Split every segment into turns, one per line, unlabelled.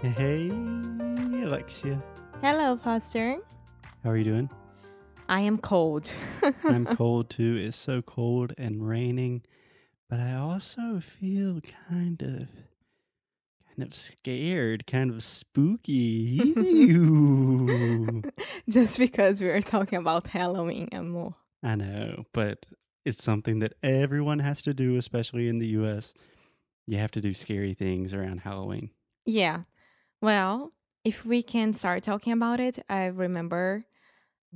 Hey, Alexia.
Hello, Foster.
How are you doing?
I am cold.
I'm cold too. It's so cold and raining, but I also feel kind of kind of scared, kind of spooky. Ew.
Just because we are talking about Halloween and more.
I know, but it's something that everyone has to do, especially in the US. You have to do scary things around Halloween.
Yeah. Well, if we can start talking about it, I remember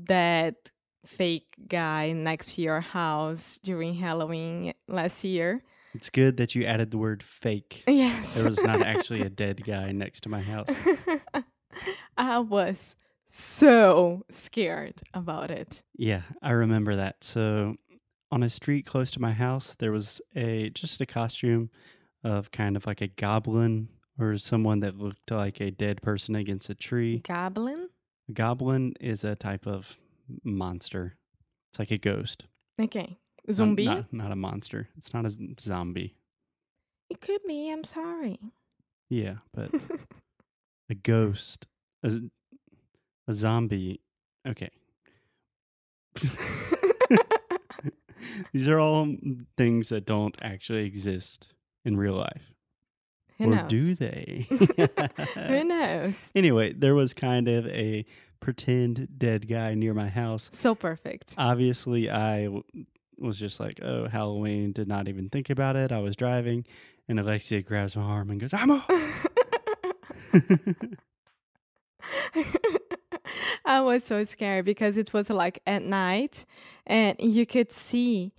that fake guy next to your house during Halloween last year.
It's good that you added the word fake.
Yes.
There was not actually a dead guy next to my house.
I was so scared about it.
Yeah, I remember that. So, on a street close to my house, there was a just a costume of kind of like a goblin or someone that looked like a dead person against a tree.
Goblin?
A goblin is a type of monster. It's like a ghost.
Okay.
Um,
Zombie?
Not, not a monster. It's not a z- zombie.
It could be. I'm sorry.
Yeah, but a ghost, a, z- a zombie. Okay. These are all mm, things that don't actually exist in real life.
Who
or
knows?
do they?
Who knows?
anyway, there was kind of a pretend dead guy near my house.
So perfect.
Obviously, I w- was just like, oh, Halloween, did not even think about it. I was driving, and Alexia grabs my arm and goes, I'm off.
I was so scared because it was like at night and you could see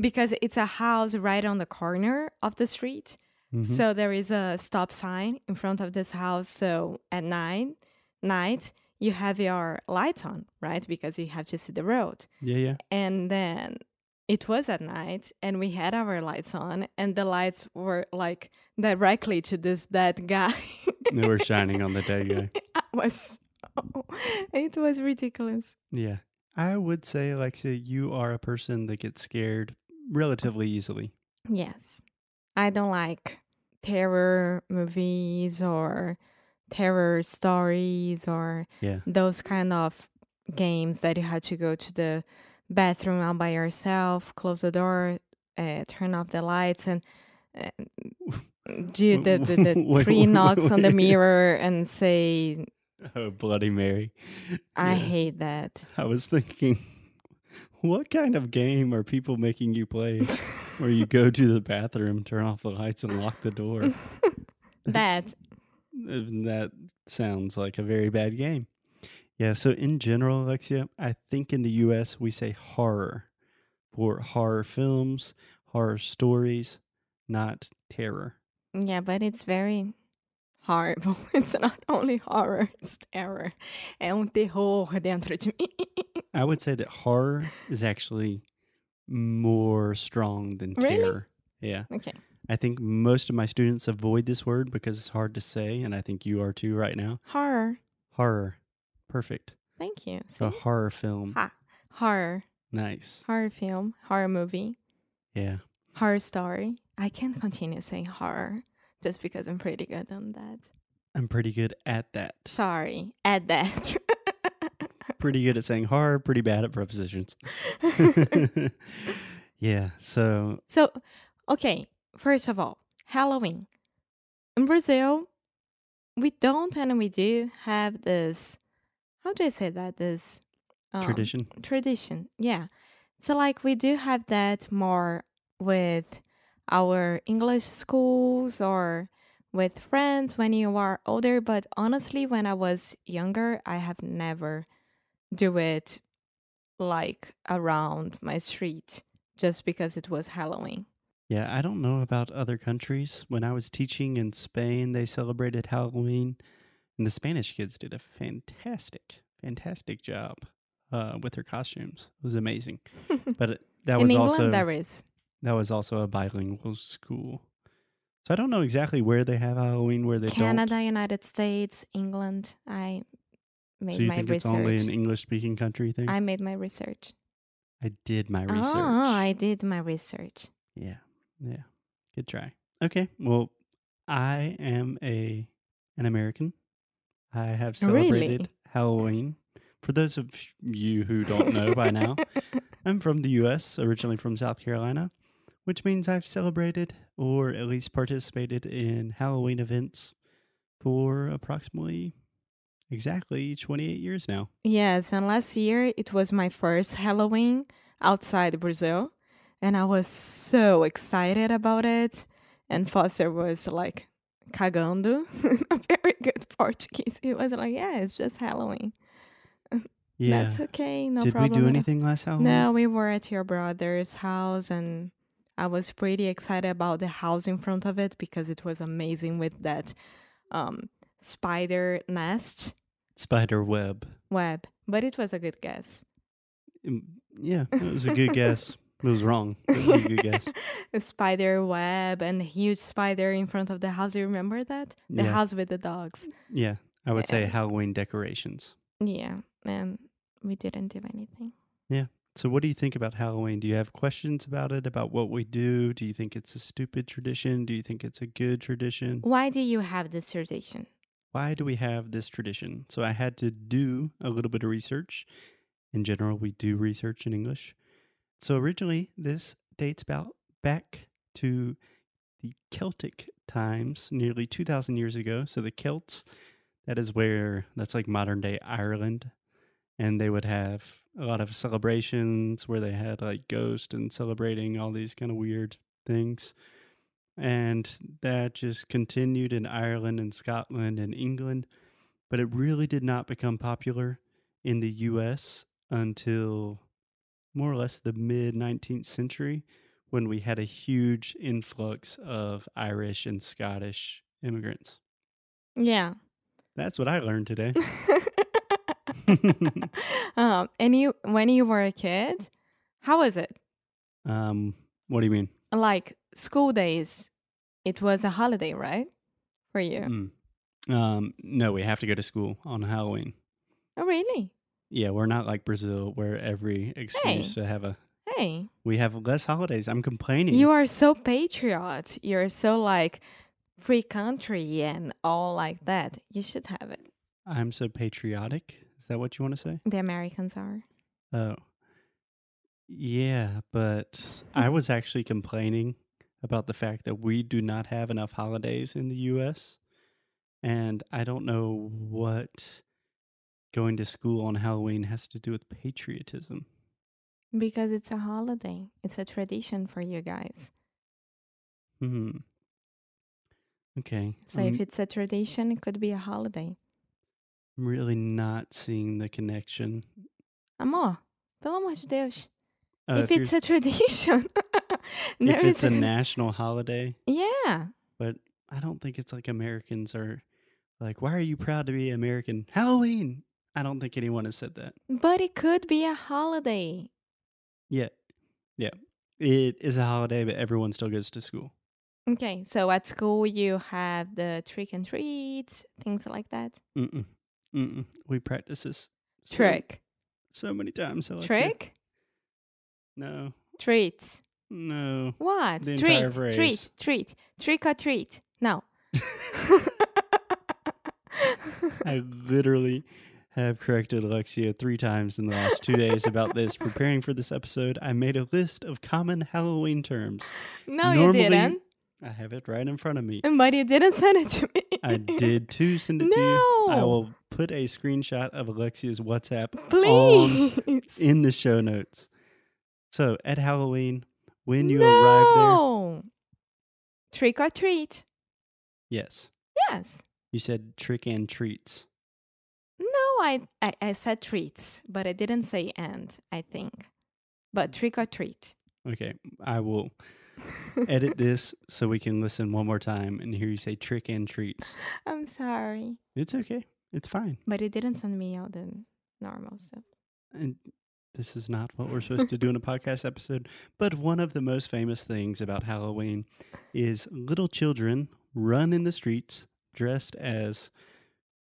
because it's a house right on the corner of the street.
Mm-hmm.
So there is a stop sign in front of this house. So at nine night you have your lights on, right? Because you have to see the road.
yeah, yeah.
and then it was at night and we had our lights on and the lights were like directly to this dead guy
They were shining on the dead guy.
I was it was ridiculous
Yeah. I would say, Alexia, you are a person that gets scared relatively easily.
yes i don't like terror movies or terror stories or
Yeah.
those kind of games that you had to go to the bathroom all by yourself close the door uh, turn off the lights and uh, do the, the, the
Wait,
three
wait,
knocks on the
wait.
mirror and say
Oh, Bloody Mary.
i
Yeah.
hate that
I was thinking, what kind of game are people making you play where you go to the bathroom, turn off the lights, and lock the door? That's-
that
and That sounds like a very bad game. Yeah. So, in general, Alexia, I think in the US we say horror for horror films, horror stories, not terror.
yeah but it's very horrible it's not only horror it's terror é um terror dentro de mim
I would say that horror is actually more strong than
Really?
terror. Yeah.
okay
I think most of my students avoid this word because it's hard to say, and I think you are too right now.
horror
Horror. Perfect.
thank you
So a
See?
horror film.
Ha- horror
Nice.
horror film horror movie
Yeah.
horror story i can continue saying horror just because i'm pretty good on that
I'm pretty good at that.
sorry add that
Pretty good at saying horror, pretty bad at prepositions. yeah. So
So, okay, first of all, Halloween. In Brazil, we don't and we do have this, how do I say that? This um,
tradition.
Tradition, yeah. So, like, we do have that more with our English schools or with friends when you are older. But honestly, when I was younger, I have never do it like around my street just because it was Halloween.
Yeah, I don't know about other countries. When I was teaching in Spain, they celebrated Halloween, and the Spanish kids did a fantastic, fantastic job uh, with their costumes. It was amazing. But it- that
In
was
England,
also
there is.
that was also a bilingual school. So I don't know exactly where they have Halloween, where they
Canada, United States, England. I
don't.
made
So you
my
think it's
research.
only an English-speaking country thing?
I made my research.
I did my research.
Oh, I did my research.
Yeah. Yeah. Good try. Okay. Well, I am a an American. I have
Oh, Really?
celebrated Halloween. For those of you who don't know by now, I'm from the US, originally from South Carolina, which means I've celebrated or at least participated in Halloween events for approximately exactly 28 years now.
Yes, and last year it was my first Halloween outside Brazil, and I was so excited about it. And Foster was like cagando, a very good Portuguese. He was like, "Yeah, it's just Halloween.
Yeah.
That's okay, no
Did we
problem."
do
at all."
anything last Halloween?
No, we were at your brother's house, and I was pretty excited about the house in front of it because it was amazing with that um, spider nest
Spider web.
web. But it was a good guess.
Mm, Yeah, it was a good guess. It was wrong. It was a good guess.
a spider web and a huge spider in front of the house. You remember that? The
Yeah.
house with the dogs.
Yeah, I would say
And-
Halloween decorations.
Yeah. And we didn't do anything.
So, what do you think about Halloween? Do you have questions about it, about what we do? Do you think it's a stupid tradition? Do you think it's a good tradition?
Why do you have this tradition?
Why do we have this tradition? So, I had to do a little bit of research. In general, we do research in English. So, originally, this dates about back to the Celtic times, nearly 2,000 years ago. So, the Celts, that is where, that's like modern day Ireland. and they would have a lot of celebrations where they had like ghosts and celebrating all these kind of weird things. And that just continued in Ireland and Scotland and England, but it really did not become popular in the US until more or less the mid 19th century when we had a huge influx of Irish and Scottish immigrants.
Yeah.
That's what I learned today.
um, and you, when you were a kid, how was it?
um, what do you mean?
Like school days, it was a holiday, right? For you.
Mm. Um, no, we have to go to school on Halloween.
Oh, really?
Yeah, we're not like Brazil where every excuse to have a.
Hey.
We have less holidays. I'm complaining.
You are so patriot. You're so like free country and all like that. You should have it.
I'm so patriotic. Is that what you want to say?
The Americans are.
Oh. Yeah, but
Hmm.
I was actually complaining about the fact that we do not have enough holidays in the US. And I don't know what going to school on Halloween has to do with patriotism.
Because it's a holiday. It's a tradition for you guys.
Hmm. Okay.
So
I'm-
if it's a tradition, it could be a holiday.
I'm really not seeing the connection.
Amor, pelo amor de Deus.
Uh,
if it's
you're-
a tradition, there
if it's a
isn't-
national holiday,
Yeah.
but I don't think it's like Americans are like, why are you proud to be American? Halloween. I don't think anyone has said that
But it could be a holiday.
yet. Yeah, it is a holiday, but everyone still goes to school.
Okay. So at school, you have the trick and treats, things like that.
Mm-mm. Mm-mm. We practice this so,
Trick.
so many times. Alexia.
Trick?
No,
Treats.
no.
What?
The entire
treat,
phrase.
treat, treat, trick or treat. No.
I literally have corrected Alexia three times in the last two days about this. Preparing for this episode, I made a list of common Halloween terms.
no,
normally-
you didn't.
I have it right in front of me.
But you didn't send it to me.
I did too send it to you. I
No.
will put a screenshot of Alexia's WhatsApp on
Please.
in the show notes. So at Halloween, when you arrive
no. there. Trick or treat.
there, yes,
Yes.
you said trick and treats.
No, I, I, I said treats, but I didn't say and, I think. But trick or treat.
Okay, I will edit this so we can listen one more time and hear you say trick and treats.
I'm sorry,
It's okay. It's fine.
but it didn't send me all the normal stuff.
And this is not what we're supposed to do in a podcast episode. But one of the most famous things about Halloween is little children run in the streets dressed as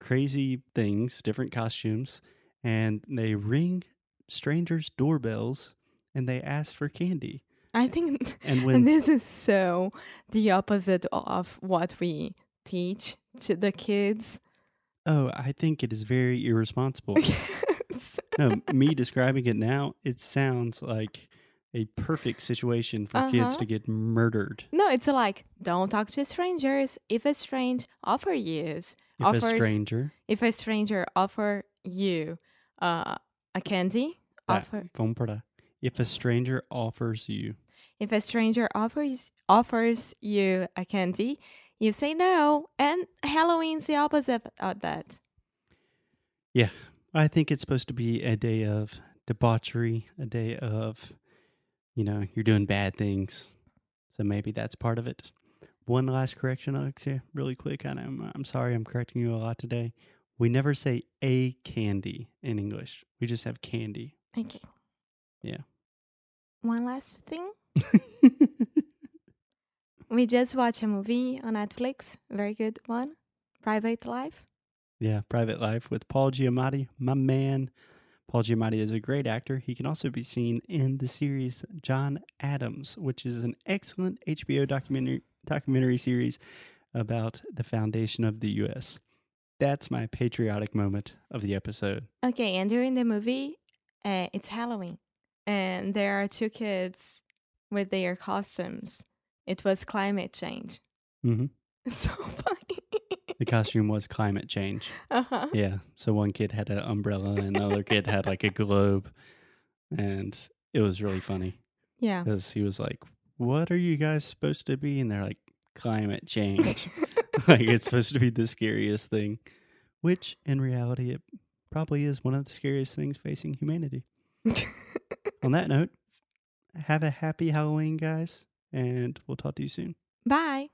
crazy things, different costumes, and they ring strangers' doorbells and they ask for candy.
I think
And when
and this is so the opposite of what we teach to the kids.
oh, I think it is very irresponsible.
Yes.
no, me describing it now, it sounds like a perfect situation for kids
Uh-huh.
to get murdered.
No, it's like don't talk to strangers. If a strange offer you,
If a
offers,
stranger
if a stranger offer you uh, a candy,
that
offer
compra- if a stranger offers you
if a stranger offers offers you a candy, you say no. And Halloween's the opposite of that.
Yeah. I think it's supposed to be a day of debauchery, a day of, you know, you're doing bad things. So maybe that's part of it. One last correction, Alexia, really quick. And I'm, I'm sorry I'm correcting you a lot today. We never say a candy in English, we just have candy.
Okay.
Yeah.
One last thing. We just watched a movie on Netflix. Very good one. Private Life.
yeah, Private Life with Paul Giamatti, my man. Paul Giamatti is a great actor. He can also be seen in the series John Adams, which is an excellent HBO documentary documentary series about the foundation of the US. That's my patriotic moment of the episode.
Okay, and during the movie, uh, it's Halloween, and there are two kids with their costumes. It was climate change.
hmm
It's so funny.
The costume was climate change.
uh huh.
Yeah. So one kid had an umbrella and the other kid had like a globe. And it was really funny.
Yeah.
because he was like, "What are you guys supposed to be?" And they're like, "Climate change." like it's supposed to be the scariest thing, which in reality it probably is one of the scariest things facing humanity. On that note, have a happy Halloween, guys, and we'll talk to you soon.
Bye.